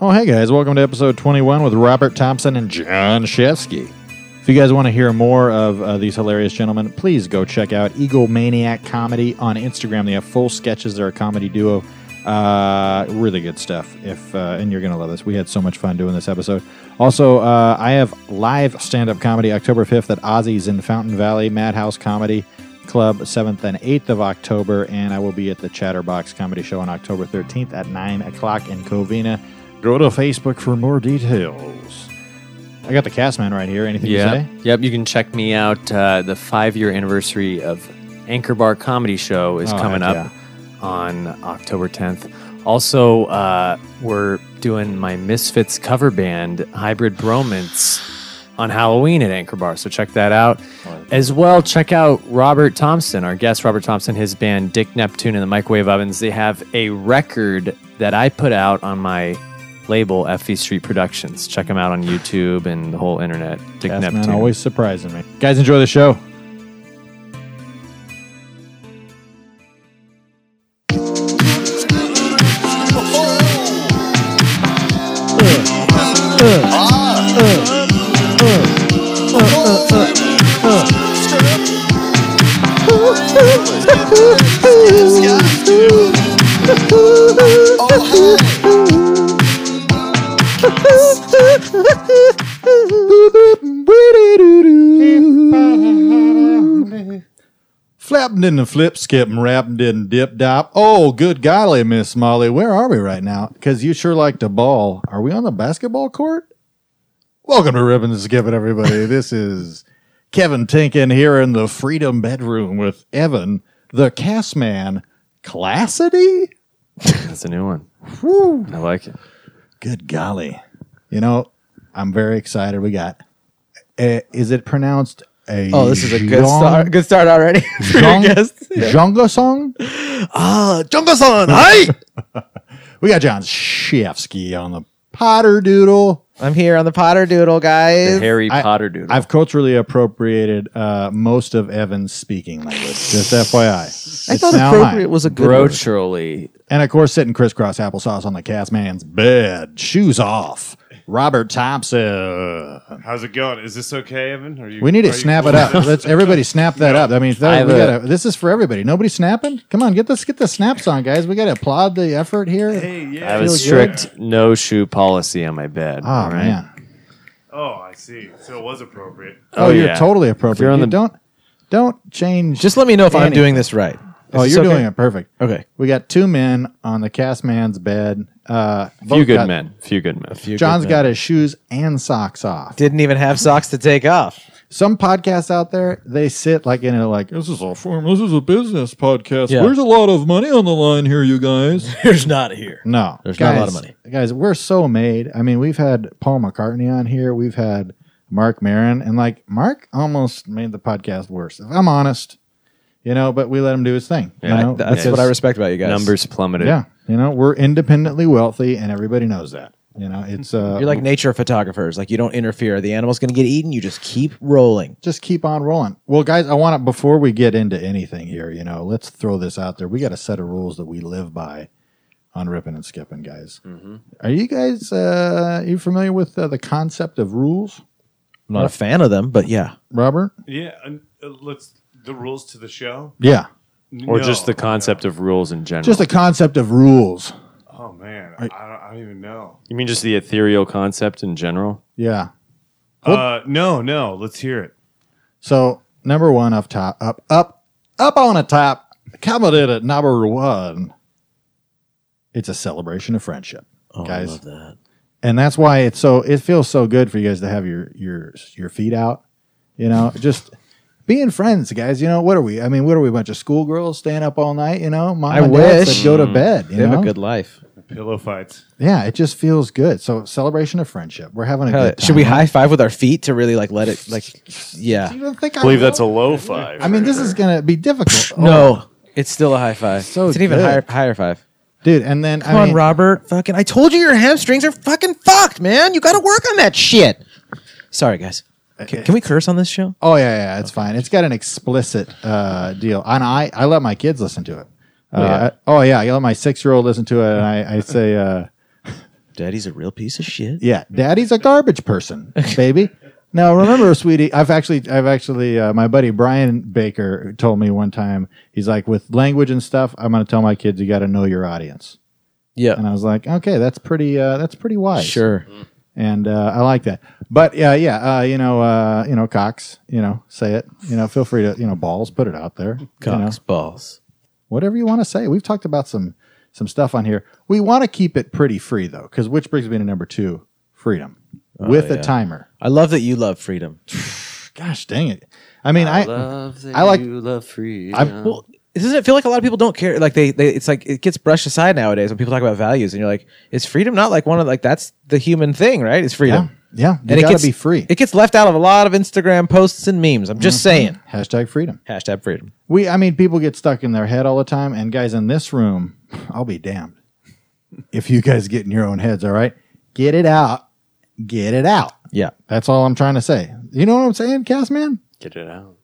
Oh, hey guys, welcome to episode 21 with Robert Thompson and John Shevsky. If you guys want to hear more of uh, these hilarious gentlemen, please go check out Eagle Maniac Comedy on Instagram. They have full sketches. They're a comedy duo. Uh, really good stuff. If uh, and you're gonna love this. We had so much fun doing this episode. Also, uh, I have live stand-up comedy October 5th at Ozzy's in Fountain Valley Madhouse Comedy Club, 7th and 8th of October, and I will be at the Chatterbox Comedy Show on October 13th at 9 o'clock in Covina. Go to Facebook for more details. I got the cast man right here. Anything to Yeah. say? Yep. You can check me out. Uh, the five year anniversary of Anchor Bar Comedy Show is Oh, coming heck up on October 10th. Also, uh, we're doing my Misfits cover band, Hybrid Bromance, on Halloween at Anchor Bar. So check that out. As well, check out Robert Thompson, our guest, Robert Thompson, his band, Dick Neptune and the Microwave Ovens. They have a record that I put out on my label, FV Street Productions. Check them out on YouTube and the whole internet. Dick Cast man Neptune. always surprising me. Guys, enjoy the show. Flapping didn't flip, skipping, rapping didn't dip, dop. Oh, good golly, Miss Molly, where are we right now? Because you sure like to ball. Are we on the basketball court? Welcome to Ribbon and Skipping, everybody. this is Kevin Tinkin here in the Freedom Bedroom with Evan, the cast man, Classity? That's a new one. Woo. I like it. Good golly. You know, I'm very excited. We got, uh, is it pronounced a Oh, this is a good Jeong- start. Good start already. for your Jeong- guest. Jeonga song? Uh, Ah, Jungle-san, hi. We got John Shevsky on the Potter Doodle. I'm here on the Potter Doodle, guys. The Harry I- Potter dude. I've culturally appropriated uh, most of Evan's speaking language. Just FYI. I It's thought now mine. appropriate was a good word. Brochurely. And of course, sitting crisscross applesauce on the cast man's bed, shoes off. Robert Thompson. How's it going? Is this okay, Evan? Are you, We need are to you snap cool it up. with Let's everybody snap that up. I mean, that- I have we a- gotta, this is for everybody. Nobody snapping? Come on, get this, get the snaps on, guys. We got to applaud the effort here. this? Hey, I yeah. have a strict no shoe policy on my bed. oh all right? man. Oh, I see. So it was appropriate. Oh, Oh, you're yeah. totally appropriate. If you're on You the- don't don't change. Just let me know if I'm Annie. doing this right. Is oh, this you're okay? doing it perfect. Okay. We got two men on the cast man's bed. Uh, Few both good got- men. Few good men. Few John's got his shoes and socks off. Didn't even have socks to take off. Some podcasts out there, they sit like in a like. This is a form. This is a business podcast. Yeah. There's a lot of money on the line here, you guys. Here's not here. No, There's not a lot of money. guys. We're so made. I mean, we've had Paul McCartney on here. We've had Mark Marin, and like Mark almost made the podcast worse. If I'm honest, you know, but we let him do his thing. you know? That's yeah. what I respect about you guys. numbers plummeted. Yeah, you know, we're independently wealthy, and everybody knows that. You know, it's uh, You're like nature photographers. Like you don't interfere. The animal's going to get eaten. You just keep rolling. just keep on rolling. Well, guys, I want to before we get into anything here, you know, let's throw this out there. We got a set of rules that we live by on ripping and skipping, guys. Are you guys uh, you familiar with uh, the concept of rules, I'm not a fan of them, but yeah. Robert? Yeah, and uh, let's the rules to the show, Yeah, Or No, just the concept of rules in general. just the concept of rules. no. Oh man, I, don't, I don't even know. you mean just the ethereal concept in general? Yeah. Uh, no, no. Let's hear it. So number one up top, up, up, up on the top. Commented at number one. It's a celebration of friendship, guys. Oh, that. and that's why it's so it feels so good for you guys to have your your your feet out you know just being friends guys you know what are we i mean what are we a bunch of schoolgirls staying up all night you know Mom I and Dad wish. said go to bed Mm. you They have know? a good life. Pillow fights. yeah it just feels good so celebration of friendship we're having a Hell, good time Should we high five with our feet to really like let it like? Yeah. Do you even think I I believe will? that's a low five. i mean this is gonna be difficult No, it's still a high five. Oh. So it's an even good. higher higher five. dude and then Come i on, mean Robert. Fucking, I told you your hamstrings are fucking fucked, man. You got to work on that shit. Sorry, guys. Can, can we curse on this show? Uh, oh yeah yeah it's fine it's got an explicit uh deal and i i let my oh, kids listen to it uh, I- oh yeah i let my six-year-old listen to it and i i say uh Daddy's a real piece of shit. Yeah, daddy's a garbage person, baby. Now remember, sweetie, I've actually, I've actually, uh, my buddy Brian Baker told me one time, he's like, with language and stuff, I'm going to tell my kids you got to know your audience, and Yeah, I was like, okay, that's pretty, uh, that's pretty wise, sure. and uh, I like that. But yeah, yeah, uh, you know, uh, you know, Cox, you know, say it, you know, feel free to, you know, balls, put it out there, you know. Cox balls. whatever you want to say. We've talked about some some stuff on here. We want to keep it pretty free though, because which brings me to number two, freedom with a Oh, yeah. timer. I love that you love freedom. Gosh dang it! I mean, I, love that I like- you love freedom. I'm- Well, doesn't it feel like a lot of people don't care? Like they, they, it's like it gets brushed aside nowadays when people talk about values, and you're like, is freedom not like one of like that's the human thing, right? It's yeah, freedom, yeah, you and it gotta gets be free. Mm-hmm. It gets left out of a lot of Instagram posts and memes. I'm just saying. Hashtag freedom. Hashtag freedom. We, I mean, people get stuck in their head all the time. And guys, in this room, I'll be damned if you guys get in your own heads. All right, get it out, get it out. Yeah. That's all I'm trying to say. You know what I'm saying, Cass man? Get it out.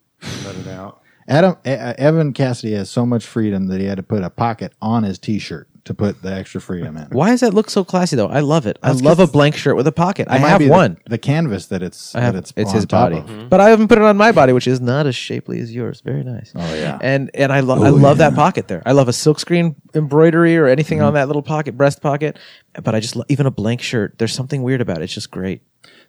Let it out. Adam E- Evan Cassidy has so much freedom that he had to put a pocket on his T-shirt to put the extra freedom in. Why does that look so classy though? I love it. I love a blank shirt with a pocket. I It might have be the- one. The, canvas that it's I have that it's, it's on his top body, of. Mm-hmm. Mm-hmm. but I haven't put it on my body, which is not as shapely as yours. Very nice. Oh, yeah. and and I Oh, love I love that pocket there. I love a silkscreen embroidery or anything Mm-hmm. on that little pocket, breast pocket. But I just lo- even a blank shirt. There's something weird about it. It's just great.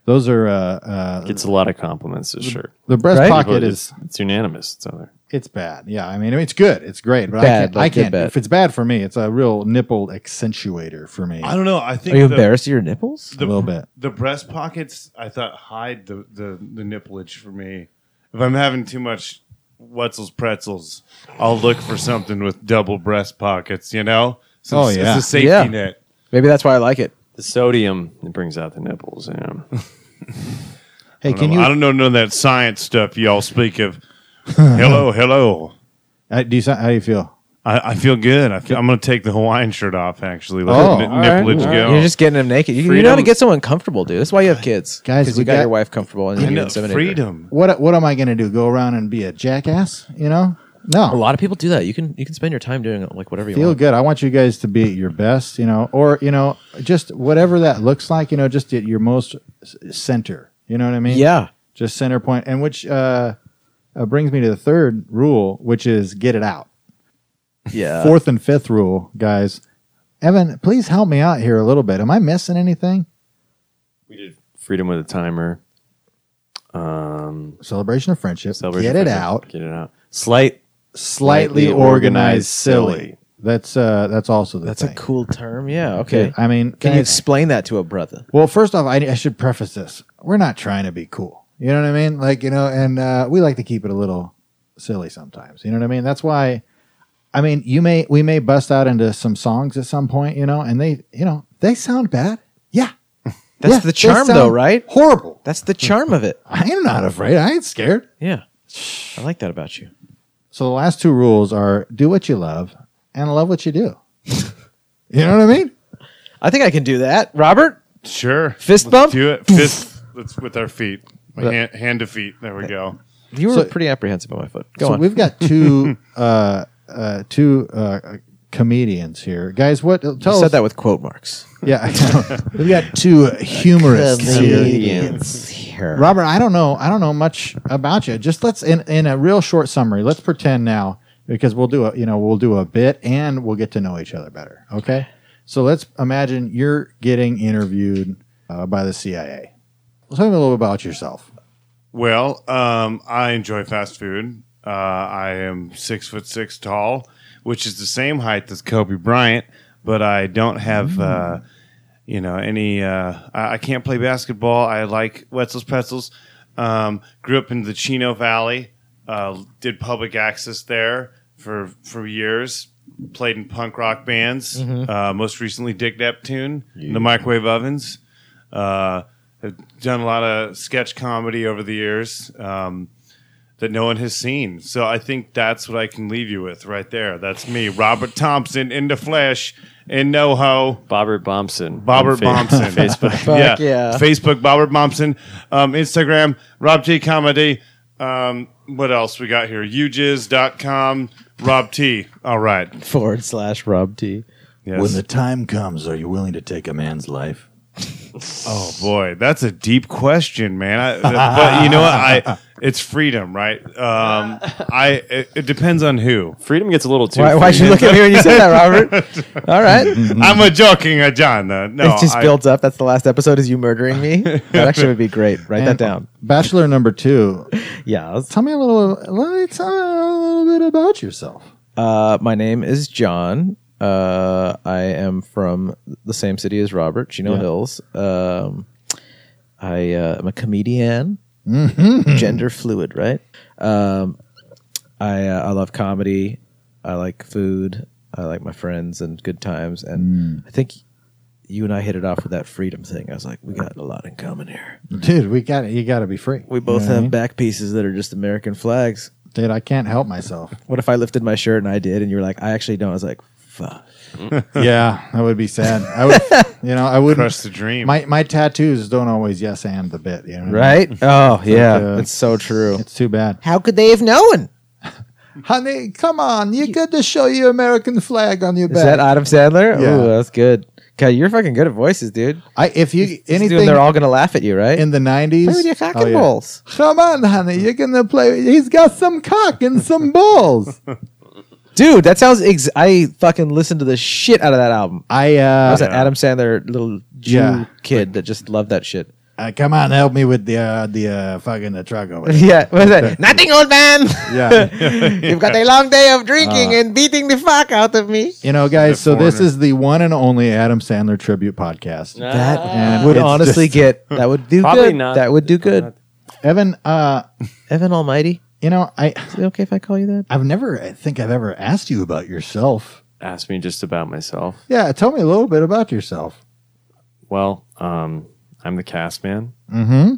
Those are uh, uh, Gets a lot of compliments, this shirt. the breast Right? pocket it's, is it's unanimous. It's on there. it's bad. Yeah, I mean it's good, it's great, but Bad, I can't. like I can't. good bad. If it's bad for me, it's a real nipple accentuator for me. I don't know. I think Are you the- embarrassed of your nipples? the, A little bit. The breast pockets, I thought, hide the, the, the nippleage for me. If I'm having too much Wetzel's pretzels, I'll look for something with double breast pockets, you know? So Oh, it's, yeah. it's a safety Yeah. net. Maybe that's why I like it. The sodium it brings out the nipples. Yeah. hey, can you? I don't know none of that science stuff y'all speak of. hello, hello. uh, do you? How do you feel? I, I feel good. I feel, I'm going to take the Hawaiian shirt off, actually. Let Oh, the n- all right. nippleage go. You're just getting them naked. You, you know how to Freedom. get someone comfortable, dude. That's why you have kids, Guys, Because we you got, got- your wife comfortable and I then you know, inseminate her. freedom. What What am I going to do? Go around and be a jackass? You know? No. A lot of people do that. You can you can spend your time doing like whatever you feel want. good. I want you guys to be at your best, you know, or you know, just whatever that looks like, you know, just at your most s- center. You know what I mean? Yeah. Just center point, and which uh, uh, brings me to the third rule, which is get it out. Yeah. Fourth and fifth rule, guys. Evan, please help me out here a little bit. Am I missing anything? We did freedom with a timer. Um, Celebration of friendship. celebration get of it friendship. out. Get it out. Slight. Slightly, Slightly organized, organized, silly. silly. That's uh, that's also the That's a thing. cool term. Yeah. Okay. I mean, Can you guys- explain that to a brother? Well, first off, I, I should preface this. We're not trying to be cool. You know what I mean? Like, you know, and uh, we like to keep it a little silly sometimes. You know what I mean? That's why, I mean, you may, we may bust out into some songs at some point, you know, and they, you know, they sound bad. Yeah. That's Yeah, the they charm, sound though, right? Horrible. That's the charm of it. I am not afraid. I ain't scared. Yeah. I like that about you. So the last two rules are do what you love and love what you do. you know what I mean? I think I can do that. Robert? Sure. Fist Let's bump? Do it. Fist. Let's with our feet. My hand, hand to feet. There we go. You were So- pretty apprehensive about my foot. Go so on. we've got two, uh, uh, two, uh, comedians here guys what tell You us said that with quote marks. Yeah, I know. we've got two uh, humorists here. here. Robert, I don't know. I don't know much about you. Just let's in in a real short summary. Let's pretend now because we'll do a you know we'll do a bit and we'll get to know each other better. Okay, so let's imagine you're getting interviewed uh, by the CIA. Well, tell me a little about yourself. Well, um, I enjoy fast food. Uh, I am six foot six tall, which is the same height as Kobe Bryant, but I don't have, uh, you know, any. Uh, I, I can't play basketball. I like Wetzel's Pretzels. Um, grew up in the Chino Valley. Uh, did public access there for for years. Played in punk rock bands. Uh, most recently, Dick Neptune, and the Microwave Ovens. Uh, I've done a lot of sketch comedy over the years um, that no one has seen. So I think that's what I can leave you with right there. That's me, Robert Thompson in the flesh in NoHo. Bobbert Bombson. Bobbert On Fa- Bombson. Facebook. Fuck yeah. Facebook, Bobbert Bombson. Um, Instagram, Rob T Comedy. Um, what else we got here? Ujiz.com, Rob T. All right. Forward slash Rob T. Yes. When the time comes, are you willing to take a man's life? Oh boy, that's a deep question, man. I, but you know what? I it's freedom, right? Um, I it, it depends on who. Freedom gets a little too. Why, why'd you freedom. look at me when you said that, Robert? All right. Mm-hmm. I'm a joking, a John. Though. No, it just I- builds up. That's the last episode is you murdering me. That actually would be great. Write that And down. Bachelor number two. Yeah. Tell me a little. uh, Let me tell me a little bit about yourself. Uh, my name is John. Uh, I am from the same city as Robert, Chino Hills. Um, I uh, am a comedian, Mm-hmm. Hmm. gender fluid, right? Um, I uh, I love comedy. I like food. I like my friends and good times. Hmm. And I think you and I hit it off with that freedom thing. I was like, we got a lot in common here. Dude, we got You got to be free. We both You know what I have mean? back pieces that are just American flags. Dude, I can't help myself. What if I lifted my shirt and I did, and you were like, I actually don't? I was like, fuck. yeah, that would be sad. I would, you know, I wouldn't. Crush the dream. My my tattoos don't always yes and the bit. You know, what I mean? Right? Oh, yeah. uh, it's so true. It's too bad. How could they have known? Honey, come on. You got to show your American flag on your Is that Adam Sandler? Yeah. Ooh, that's good. God, you're fucking good at voices, dude. I, if you Anything, anything they're all gonna laugh at you, right? in the Play with your nineties. cock oh, and yeah. balls. Come on, honey. You're gonna play. He's got some cock and some balls. Dude, that sounds. Ex- I fucking listened to the shit out of that album. I I uh, was an Adam Sandler little Jew Yeah. kid that just loved that shit. uh, come on, help me with the uh, the uh, fucking the truck over. there. yeah, what is that? Nothing, old man. yeah, You've got a long day of drinking and beating the fuck out of me. you know, guys. So this foreigner. is the one and only Adam Sandler tribute podcast. That And would it's honestly just- get. That would do Probably good. not. That would do good. Evan. Uh, Evan Almighty. you know, I Is it okay if I call you that? I've never I think I've ever asked you about yourself. Ask me just about myself. Yeah, tell me a little bit about yourself. Well, um, I'm the cast man. Mm-hmm.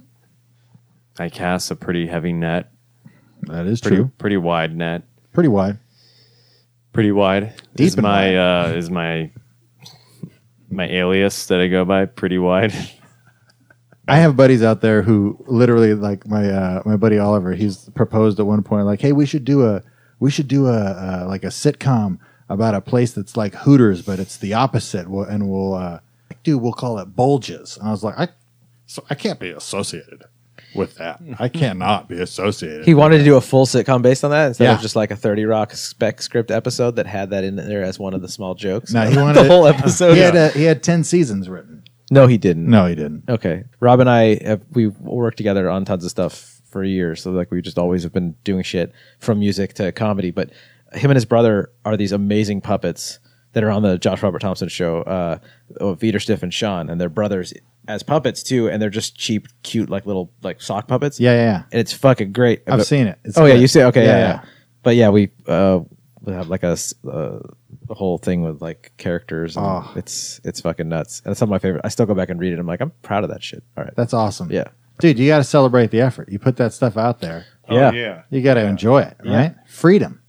I cast a pretty heavy net, That is pretty true. pretty wide net, Pretty wide. pretty wide. Deep is and my Uh, is my my alias that I go by. Pretty wide. I have buddies out there who literally like my uh, my buddy Oliver. He's proposed at one point like, "Hey, we should do a we should do a uh, like a sitcom about a place that's like Hooters, but it's the opposite, we'll, and we'll uh, dude, we'll call it Bulges." And I was like, "I so I can't be associated with that. I cannot be associated." He wanted to do a full sitcom based on that instead Yeah. of just like a 30 Rock spec script episode that had that in there as one of the small jokes. No, he the wanted- whole episode. he had uh he had ten seasons written. no, he didn't. No, he didn't. Okay. Rob and I have we worked together on tons of stuff for years. So like we just always have been doing shit from music to comedy. But him and his brother are these amazing puppets that are on the Josh Robert Thompson show, uh of Peter Stiff and Sean, and they're brothers as puppets too, and they're just cheap, cute like little like sock puppets. Yeah, yeah. yeah. And it's fucking great. I've But- seen it. It's oh yeah, good. you see. Okay, yeah, yeah, yeah. But yeah, we uh, we have like a, s- uh, a whole thing with like characters. And Oh. It's it's fucking nuts, and it's some of my favorite. I still go back and read it. I'm like, I'm proud of that shit. All right, That's awesome. Yeah. dude, you got to celebrate the effort. You put that stuff out there. Oh, yeah. yeah. You got to enjoy it, right? Freedom.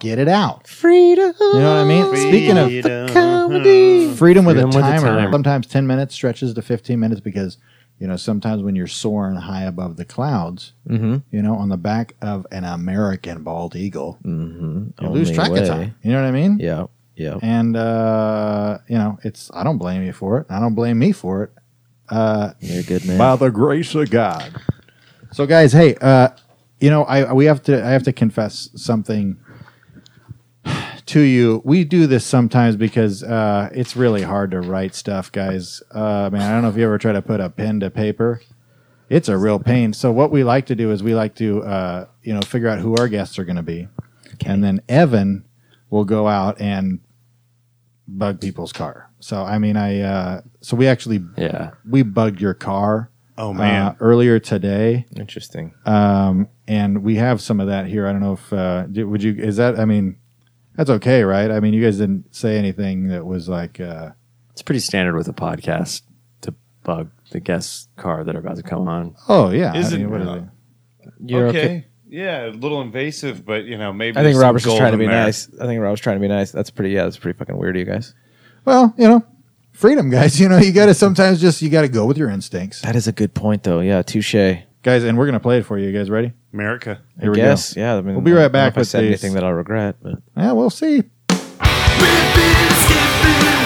Get it out. freedom. You know what I mean? Speaking of comedy. freedom with, Mm-hmm. Freedom a, with a timer, timer. sometimes 10 minutes stretches to 15 minutes because, you know, sometimes when you're soaring high above the clouds, Mm-hmm. you know, on the back of an American bald eagle, Mm-hmm. you lose Only track way. of time. You know what I mean? Yeah, yeah. And, uh, you know, it's, I don't blame you for it. I don't blame me for it. Uh, You're a good man. by the grace of God. So, guys, hey, uh, you know, I we have to I have to confess something to you. We do this sometimes because uh, it's really hard to write stuff, guys. Uh, man, I don't know if you ever try to put a pen to paper. It's a real pain. So, what we like to do is we like to, uh, you know, figure out who our guests are going to be, and then Evan will go out and bug people's car. So, I mean, I uh, so we actually Yeah. we bugged your car. Oh, uh, man. earlier today, Interesting. um, and we have some of that here. I don't know if uh, di- would you is that? I mean, that's okay, right? I mean, you guys didn't say anything that was like, uh, It's pretty standard with a podcast to bug the guest car that are about to come on. oh yeah, Is I it mean, what is not? it? You're okay. Yeah, a little invasive, but you know maybe. I think there's some Robert's just gold trying to in be there. nice. I think Robert's trying to be nice. That's pretty. Yeah, that's pretty fucking weird, of you guys. Well, you know, freedom, guys. You know, you got to sometimes just you got to go with your instincts, That is a good point, though. Yeah, touche. I guys. And we're gonna play it for you. You guys ready? America. Here we guess. go. Yeah. I mean, We'll be right I don't know back If I with said these. anything that I'll regret, but Yeah, we'll see. Ripping, skipping,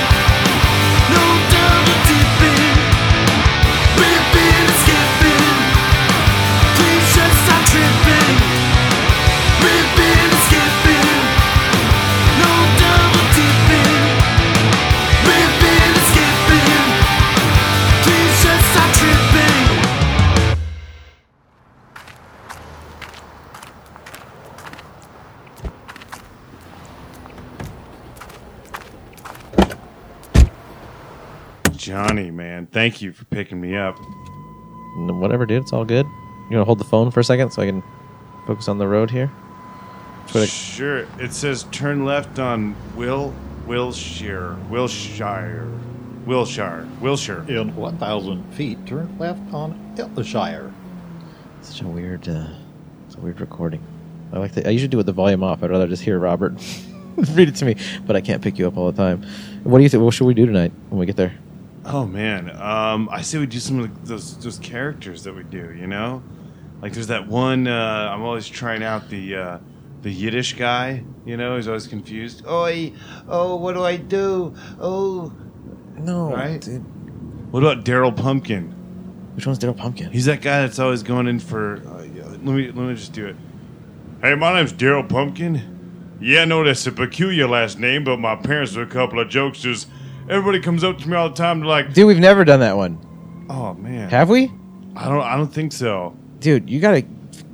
man. Thank you for picking me up. N- Whatever, dude. It's all good. You want to hold the phone for a second so I can focus on the road here? Twitter. Sure. It says turn left on Will Wilshire. Wilshire. Wilshire. Wilshire. In 1,000 feet, turn left on Eldershire. Such a weird, uh, it's a weird recording. I like the, I usually do it with the volume off. I'd rather just hear Robert read it to me, but I can't pick you up all the time. What do you think? What should we do tonight when we get there? Oh man. Um I say we do some of those those characters that we do, you know? Like there's that one uh I'm always trying out the uh the Yiddish guy, you know, he's always confused. Oi, oh, what do I do? Oh, No, Right? what about Daryl Pumpkin? Which one's Daryl Pumpkin? He's that guy that's always going in for. Uh, yeah, let me let me just do it. Hey, my name's Daryl Pumpkin. Yeah, I know that's a peculiar last name, but my parents are a couple of jokesters. Everybody comes up to me all the time, they're like, Dude, we've never done that one, "Oh man, have we? I don't I don't think so." Dude, you gotta,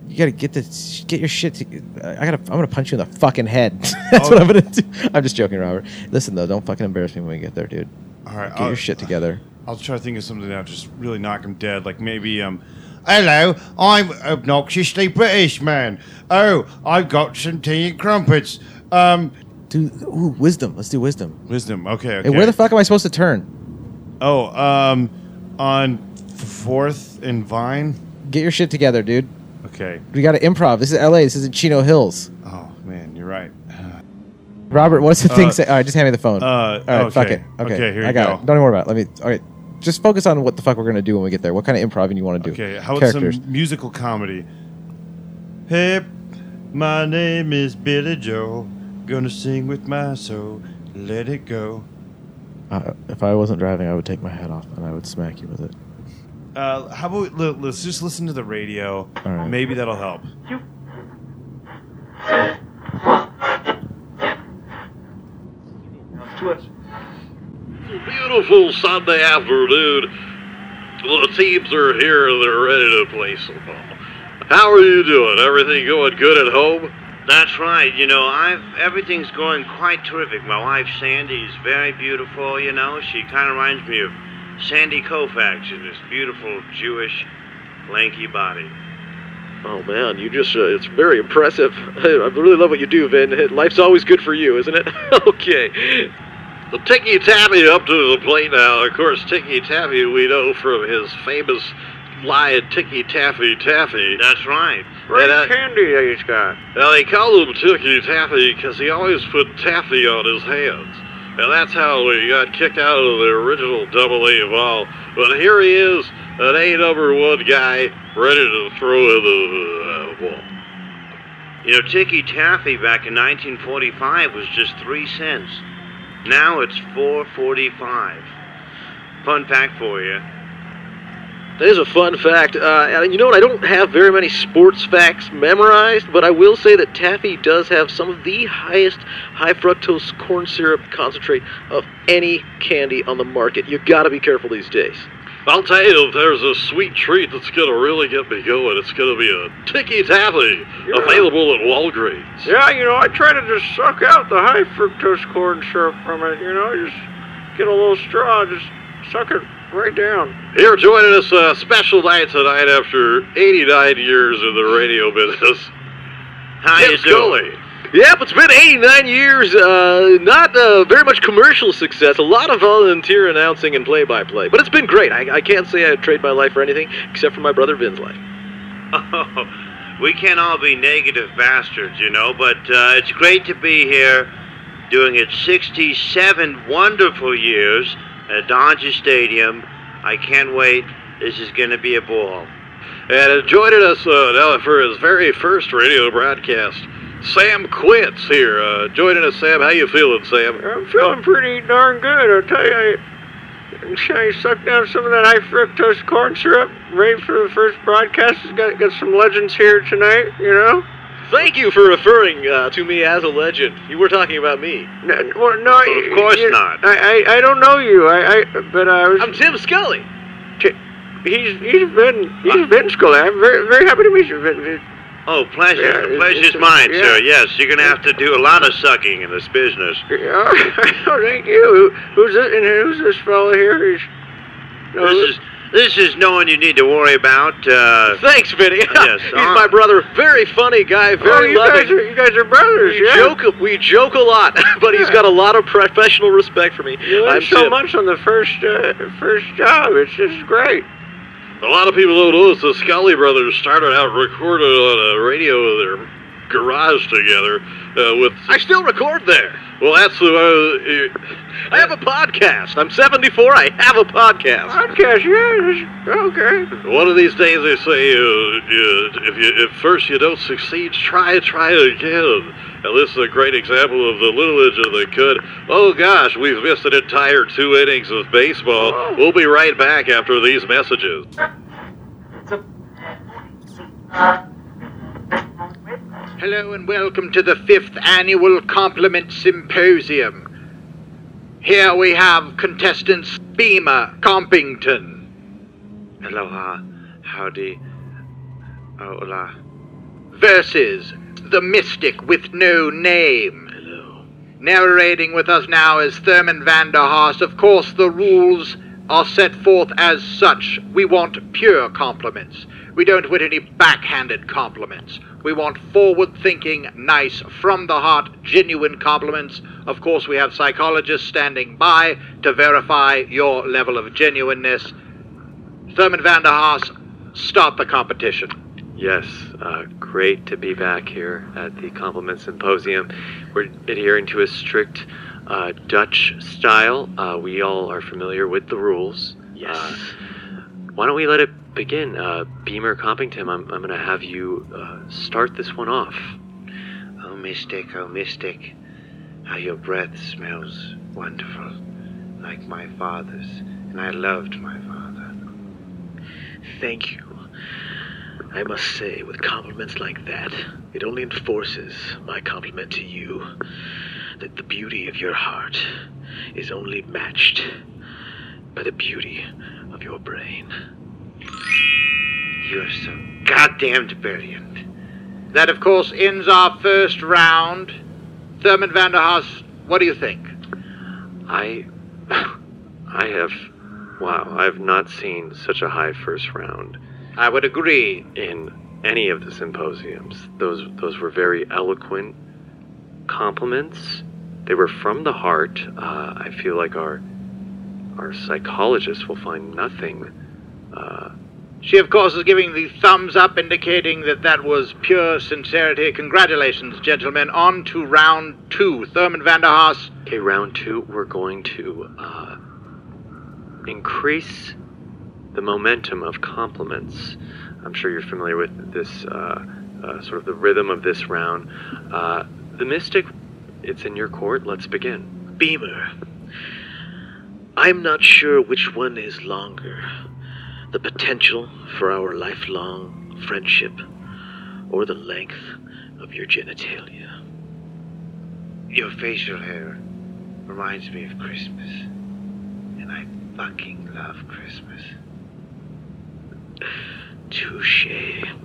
you gotta get the, get your shit. To, I gotta, I'm gonna punch you in the fucking head. That's what I'm gonna do. I'm just joking, Robert. Listen though, don't fucking embarrass me when we get there, dude. All right, Get I'll, your shit together. I'll try to think of something that'll just really knock him dead. Like maybe um. Hello, I'm obnoxiously British man. Oh, I've got some tea and crumpets. Um, Dude, ooh, wisdom. Let's do wisdom. wisdom. Okay, Hey, okay. where the fuck am I supposed to turn? Oh, um, on Fourth and Vine. Get your shit together, dude. Okay. We gotta improv. This is LA. This isn't Chino Hills. Oh man, you're right. Robert, what's the Uh, thing say? All right, just hand me the phone. uh, All right, okay. fuck it. Okay, Okay, here I you got go. it. Don't even worry about it. Let me. All right, just focus on what the fuck we're gonna do when we get there. What kind of improv you want to do? Okay, how about characters? some musical comedy? Hey, my name is Billy Joe. Gonna sing with my soul. Let it go. Uh, if I wasn't driving, I would take my hat off and I would smack you with it. Uh, how about we, let- let's just listen to the radio? All right. Maybe that'll help. beautiful Sunday afternoon. The teams are here and they're ready to play some ball. How are you doing? Everything going good at home? That's right. You know, I've everything's going quite terrific. My wife Sandy is very beautiful. You know, she kind of reminds me of Sandy Koufax in this beautiful Jewish lanky body. Oh man, you just—it's very impressive. I really love what you do, Vin. Life's always good for you, isn't it? okay. Well, Tiki Tavi up to the plate now. Of course, Tiki Tavi we know from his famous lion Tiki Taffy Taffy. That's right. Great And, uh, candy he's got. Now they call him Tiki Taffy because he always put taffy on his hands. And that's how he got kicked out of the original double A ball. But here he is, an A number one guy, ready to throw in the uh, ball. You know, Tiki Taffy back in 1945 was just three cents. Now it's 4.45. Fun fact for you. There's a fun fact. Uh, and you know what? I don't have very many sports facts memorized, but I will say that taffy does have some of the highest high fructose corn syrup concentrate of any candy on the market. You gotta be careful these days. I'll tell you, if there's a sweet treat that's gonna really get me going, it's gonna be a Tiki Taffy, available at Walgreens. Yeah, you know, I try to just suck out the high fructose corn syrup from it. You know, just get a little straw, just suck it right down. Here joining us, uh, special night tonight after 89 years in the radio business. How Tim you Scully. doing? Yep, it's been 89 years. Uh, not uh, very much commercial success. A lot of volunteer announcing and play-by-play, but it's been great. I, I can't say I'd trade my life for anything except for my brother Vin's life. Oh, we can all be negative bastards, you know, but uh, it's great to be here doing it 67 wonderful years at Dodger Stadium. I can't wait. This is going to be a ball. And it joining us uh, now for his very first radio broadcast. Sam Quince here. Uh, joining us, Sam. How you feeling, Sam? Uh, I'm feeling pretty darn good. I'll tell you, I, I sucked down some of that high fructose corn syrup right for the first broadcast. Got, got some legends here tonight, you know? Thank you for referring uh, to me as a legend. You were talking about me. No, well, no, Of course you- not. I, I, I don't know you. I, I but I was. I'm Tim Scully. he's he's been he's been school. I'm very very happy to meet you. Oh, pleasure. Yeah, it- Pleasure's it's a- mine, yeah. sir. Yes, you're gonna have to do a lot of sucking in this oh, business. oh, thank you. Who's this? And who's this fellow here? He's This is this is no one you need to worry about. Uh, Thanks, Vinny. Yes, He's uh, my brother. Very funny Oh, guy. Very loving. you guys are brothers. we joke. We joke a lot, but he's got a lot of professional respect for me. I'm Tim. much on the first uh, first job. It's just great. A lot of people don't know this. The Scully brothers started out recording on a radio in their garage together uh, with. I still record there. Well, that's the. Uh, uh, I have a podcast. I'm 74. I have a podcast. Podcast, yeah. Okay. one of these days they say, uh, uh, if you if first you don't succeed, try try again. And this is a great example of the little engine that could. Oh gosh, we've missed an entire two innings of baseball. We'll be right back after these messages. Hello and welcome to the fifth annual Compliment Symposium. Here we have contestants Beamer Compington. Aloha, howdy, oh, hola. Versus the mystic with no name. Hello. Narrating with us now is Thurman Vanderhaas. Of course, the rules are set forth as such. We want pure compliments. We don't want any backhanded compliments. We want forward thinking, nice, from the heart, genuine compliments. Of course, we have psychologists standing by to verify your level of genuineness. Thurman Vanderhaas, start the competition. Yes, uh, great to be back here at the Compliment Symposium. We're adhering to a strict uh, Dutch style. Uh, we all are familiar with the rules. Yes. why don't we let it begin? Uh, Beamer Compington, I'm, I'm going to have you uh, start this one off. Oh, mystic, oh, mystic, how your breath smells wonderful, like my father's, and I loved my father. Thank you. I must say, with compliments like that, it only enforces my compliment to you that the beauty of your heart is only matched by the beauty of your brain. You're so goddamned brilliant. That, of course, ends our first round. Thurman Vanderhaas, what do you think? I, I have, wow, I've not seen such a high first round I would agree. in any of the symposiums. Those those were very eloquent compliments. They were from the heart. Uh, I feel like our our psychologists will find nothing. Uh, She, of course, is giving the thumbs up, indicating that that was pure sincerity. Congratulations, gentlemen. On to round two. Thurman Vanderhaas, okay, round two, we're going to uh, increase the momentum of compliments. I'm sure you're familiar with this uh, uh, sort of the rhythm of this round. Uh, the mystic, it's in your court. Let's begin. Beamer. I'm not sure which one is longer the potential for our lifelong friendship or the length of your genitalia. Your facial hair reminds me of Christmas. And I fucking love Christmas. Touche.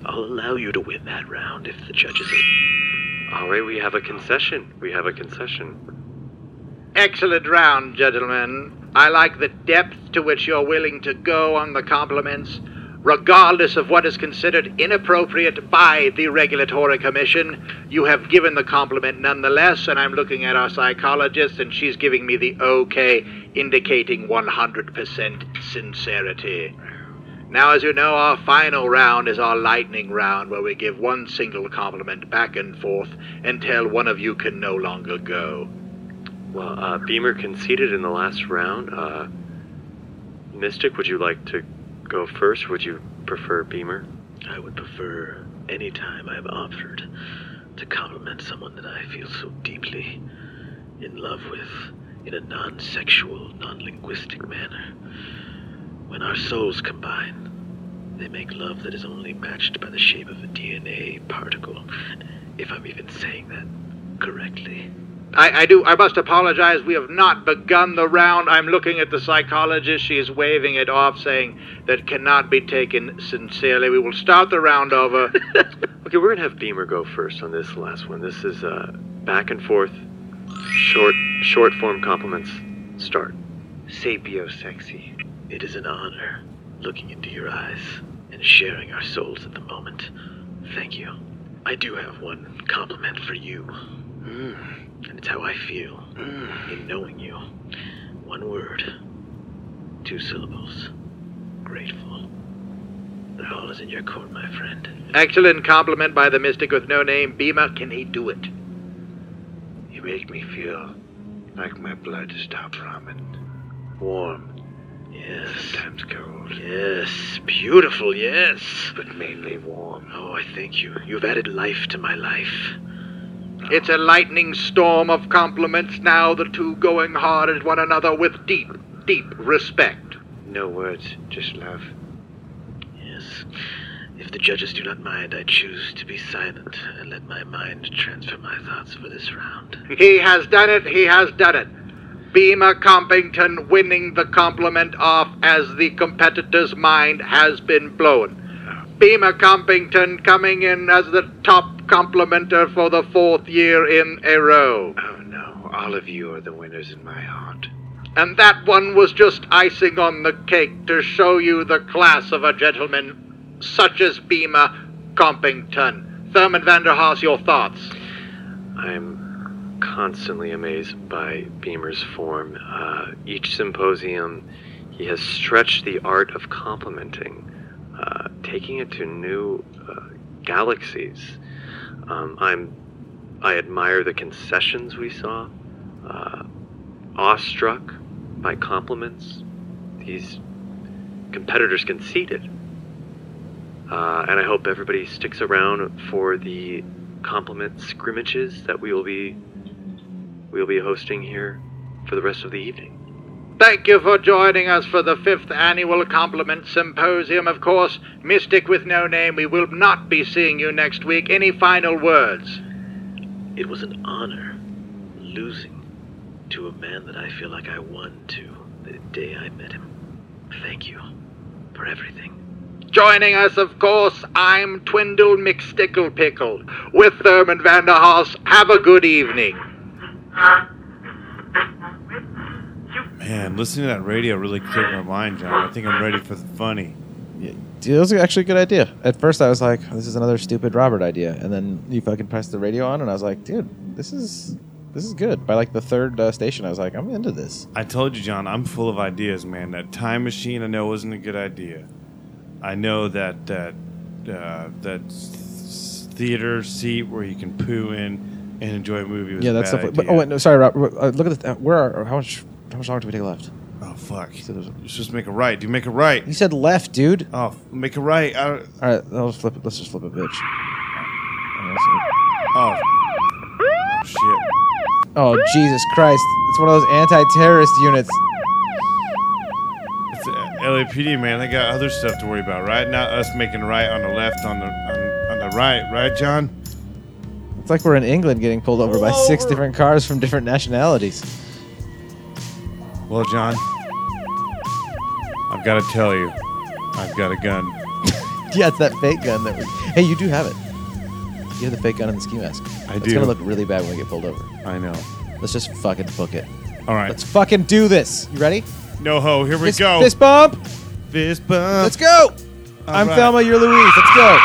I'll allow you to win that round if the judges. All right, we have a concession. We have a concession. Excellent round, gentlemen. I like the depth to which you're willing to go on the compliments, regardless of what is considered inappropriate by the Regulatory Commission. You have given the compliment nonetheless, and I'm looking at our psychologist, and she's giving me the okay, indicating 100% sincerity. Now, as you know, our final round is our lightning round, where we give one single compliment back and forth until one of you can no longer go. Well, uh, Beamer conceded in the last round. Uh, Mystic, would you like to go first? Would you prefer Beamer? I would prefer any time I'm offered to compliment someone that I feel so deeply in love with in a non sexual, non linguistic manner. When our souls combine, they make love that is only matched by the shape of a DNA particle, if I'm even saying that correctly. I, I do. I must apologize. We have not begun the round. I'm looking at the psychologist. She is waving it off, saying that cannot be taken sincerely. We will start the round over. Okay, we're gonna have Beamer go first on this last one. This is uh, back and forth, short, short form compliments. Start. Sapio sexy. It is an honor looking into your eyes and sharing our souls at the moment. Thank you. I do have one compliment for you. Mm. And it's how I feel in knowing you. One word, two syllables. Grateful. The ball is in your court, my friend. Excellent compliment by the mystic with no name, Bima. Can he do it? You make me feel like my blood is stopped throbbing. Warm. Yes. Sometimes cold. Yes. Beautiful, yes. But mainly warm. Oh, I thank you. You've added life to my life. It's a lightning storm of compliments now, the two going hard at one another with deep, deep respect. No words, just love. Yes. If the judges do not mind, I choose to be silent and let my mind transfer my thoughts for this round. He has done it, he has done it. Beamer Compington winning the compliment off as the competitor's mind has been blown. Beamer Compington coming in as the top complimenter for the fourth year in a row. Oh no, all of you are the winners in my heart. And that one was just icing on the cake to show you the class of a gentleman such as Beamer Compington. Thurman Vanderhaas, your thoughts? I'm constantly amazed by Beamer's form. Uh, each symposium, he has stretched the art of complimenting, uh, taking it to new uh, galaxies. Um, I'm, I admire the concessions we saw, uh, awestruck by compliments. These competitors conceded. Uh, and I hope everybody sticks around for the compliment scrimmages that we will be we will be hosting here for the rest of the evening. Thank you for joining us for the fifth annual Compliment Symposium, of course. Mystic with no name, we will not be seeing you next week. Any final words? It was an honor losing to a man that I feel like I won to the day I met him. Thank you for everything. Joining us, of course, I'm Twindle McStickle Pickle with Thurman Vanderhaas. Have a good evening. Man, listening to that radio really cleared my mind, John. I think I'm ready for the funny. Dude, that was actually a good idea. At first, I was like, "This is another stupid Robert idea," and then you fucking pressed the radio on, and I was like, "Dude, this is this is good." By like the third uh, station, I was like, "I'm into this." I told you, John, I'm full of ideas, man. That time machine, I know, wasn't a good idea. I know that that uh, that s- theater seat where you can poo in and enjoy a movie. Was yeah, a that's bad the. But, oh idea. wait, no, sorry, Rob. Uh, look at the. Uh, where are how much how much longer do we take left? Oh fuck! So there's a- You're supposed to make a right. Do make a right? You said left, dude. Oh, f- make a right. I, All right, I'll just flip it. Let's just flip it, bitch. oh. oh shit! Oh Jesus Christ! It's one of those anti-terrorist units. It's uh, LAPD, man. They got other stuff to worry about, right? Not us making a right on the left on the on, on the right, right, John? It's like we're in England getting pulled over by six different cars from different nationalities. Well, John, I've got to tell you, I've got a gun. Yeah, it's that fake gun that we. Hey, you do have it. You have the fake gun and the ski mask. I it's do. gonna look really bad when we get pulled over. I know. Let's just fucking book it. All right. Let's fucking do this. You ready? no ho. Here we Fist- go. Fist bump. Fist bump. Let's go. I'm right. Thelma. You're Louise. Let's go.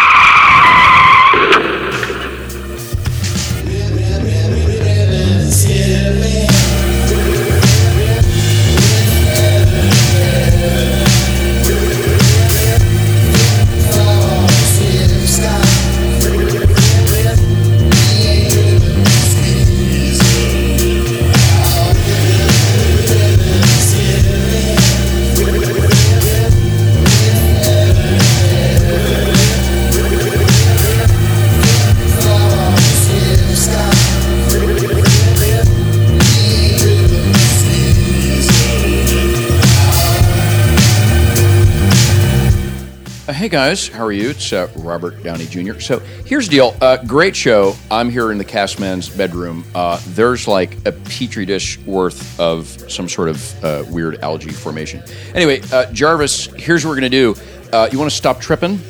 Uh, hey guys, how are you? It's uh, Robert Downey Jr. So here's the deal. Uh, great show. I'm here in the cast man's bedroom. Uh, there's like a petri dish worth of some sort of uh, weird algae formation. Anyway, uh, Jarvis, here's what we're gonna do. Uh, you want to stop tripping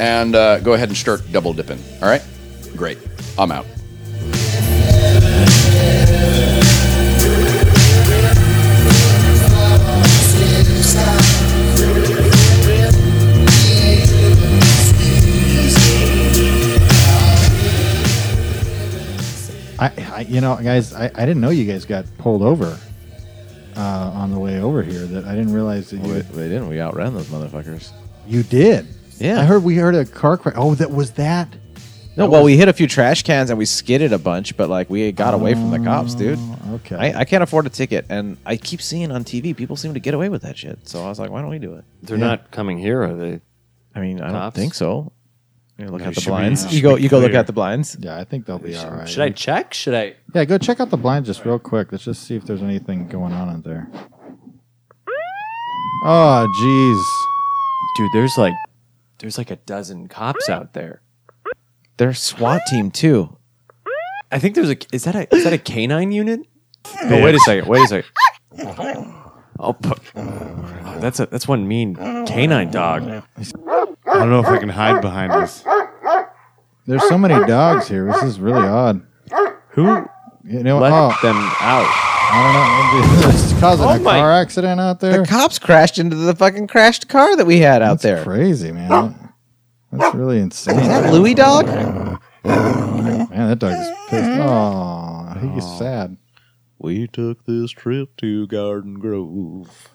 and uh, go ahead and start double dipping. All right? Great. I'm out. you know, guys, I, I didn't know you guys got pulled over uh, on the way over here. That I didn't realize that you We, they didn't. We outran those motherfuckers. you did. Yeah. I heard we heard a car crash. Oh, that was that. No, well, we hit a few trash cans and we skidded a bunch, but like we got away from the cops, dude. Oh, okay. I, I can't afford a ticket, and I keep seeing on TV people seem to get away with that shit. So I was like, why don't we do it? They're not coming here, are they? I mean, I don't Cops? think so. You look at the should be- blinds. it you should go. be You go look clear. at the blinds. Yeah, I think they'll be all right. Should I check? Should I? Yeah, go check out the blind just real quick. Let's just see if there's anything going on in there. Oh, jeez. Dude, there's like, there's like a dozen cops out there. They're SWAT team too. I think there's a. Is that a? Is that a canine unit? Oh, wait a second. Wait a second. I'll put. Oh, that's a. That's one mean canine dog. I don't know if I can hide behind this. There's so many dogs here. This is really odd. Who You know, let oh, them out? I don't know. Maybe it's causing a Oh my- car accident out there. The cops crashed into the fucking crashed car that we had out That's there. crazy, man. That's really insane. Is that Louis dog? Man, that dog is pissed. Oh, he's sad. We took this trip to Garden Grove.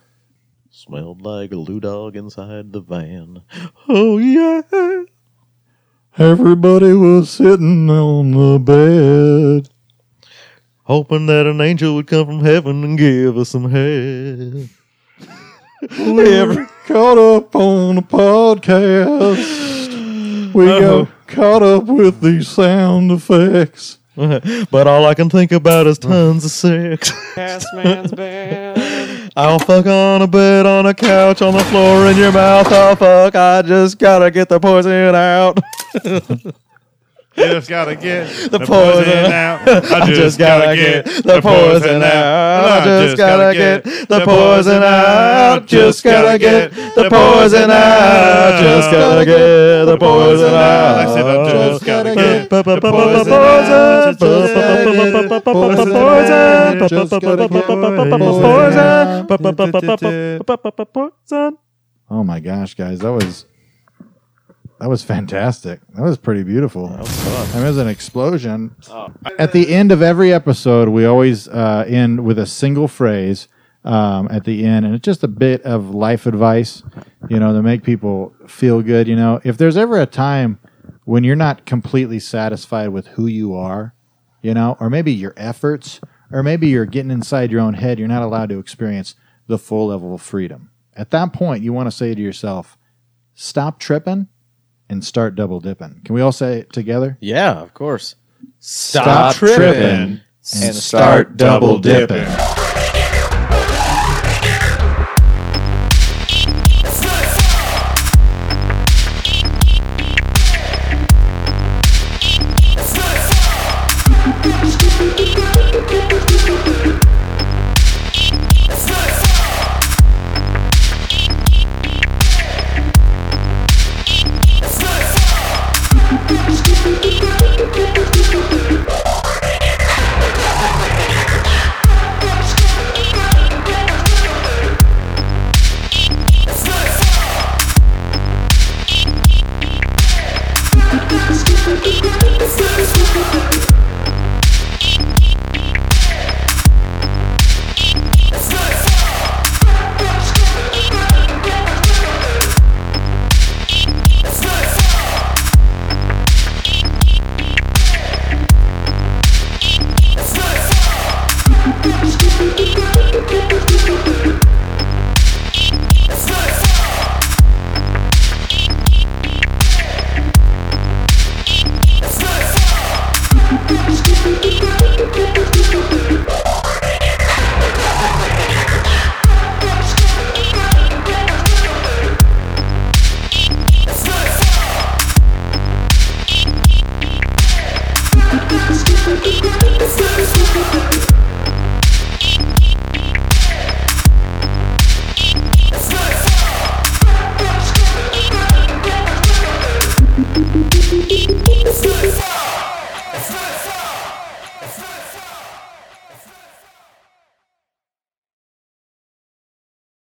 Smelled like a Lou dog inside the van. Oh yeah. Everybody was sitting on the bed. Hoping that an angel would come from heaven and give us some head. caught up on a podcast. We got caught up with these sound effects. but all I can think about is tons of sex. I'll fuck on a bed, on a couch, on the floor, in your mouth. I'll fuck. I just gotta get the poison out. You just gotta get the, poison out. I just, I just gotta get the poison out. I just gotta get the poison out. Just gotta get the poison out. Just gotta get the poison out. I said I just gotta get the Poison poison out. out. Just gotta get the poison out. Just gotta get Poison. Oh my gosh, guys, that was that was fantastic. That was pretty beautiful. I mean, it was an explosion. Oh. At the end of every episode, we always uh, end with a single phrase um, at the end, and it's just a bit of life advice, you know, to make people feel good. You know, if there's ever a time when you're not completely satisfied with who you are, you know, or maybe your efforts, or maybe you're getting inside your own head, you're not allowed to experience the full level of freedom. At that point, you want to say to yourself, stop tripping and start double dipping. Can we all say it together? Yeah, of course. Stop, and tripping start double dipping.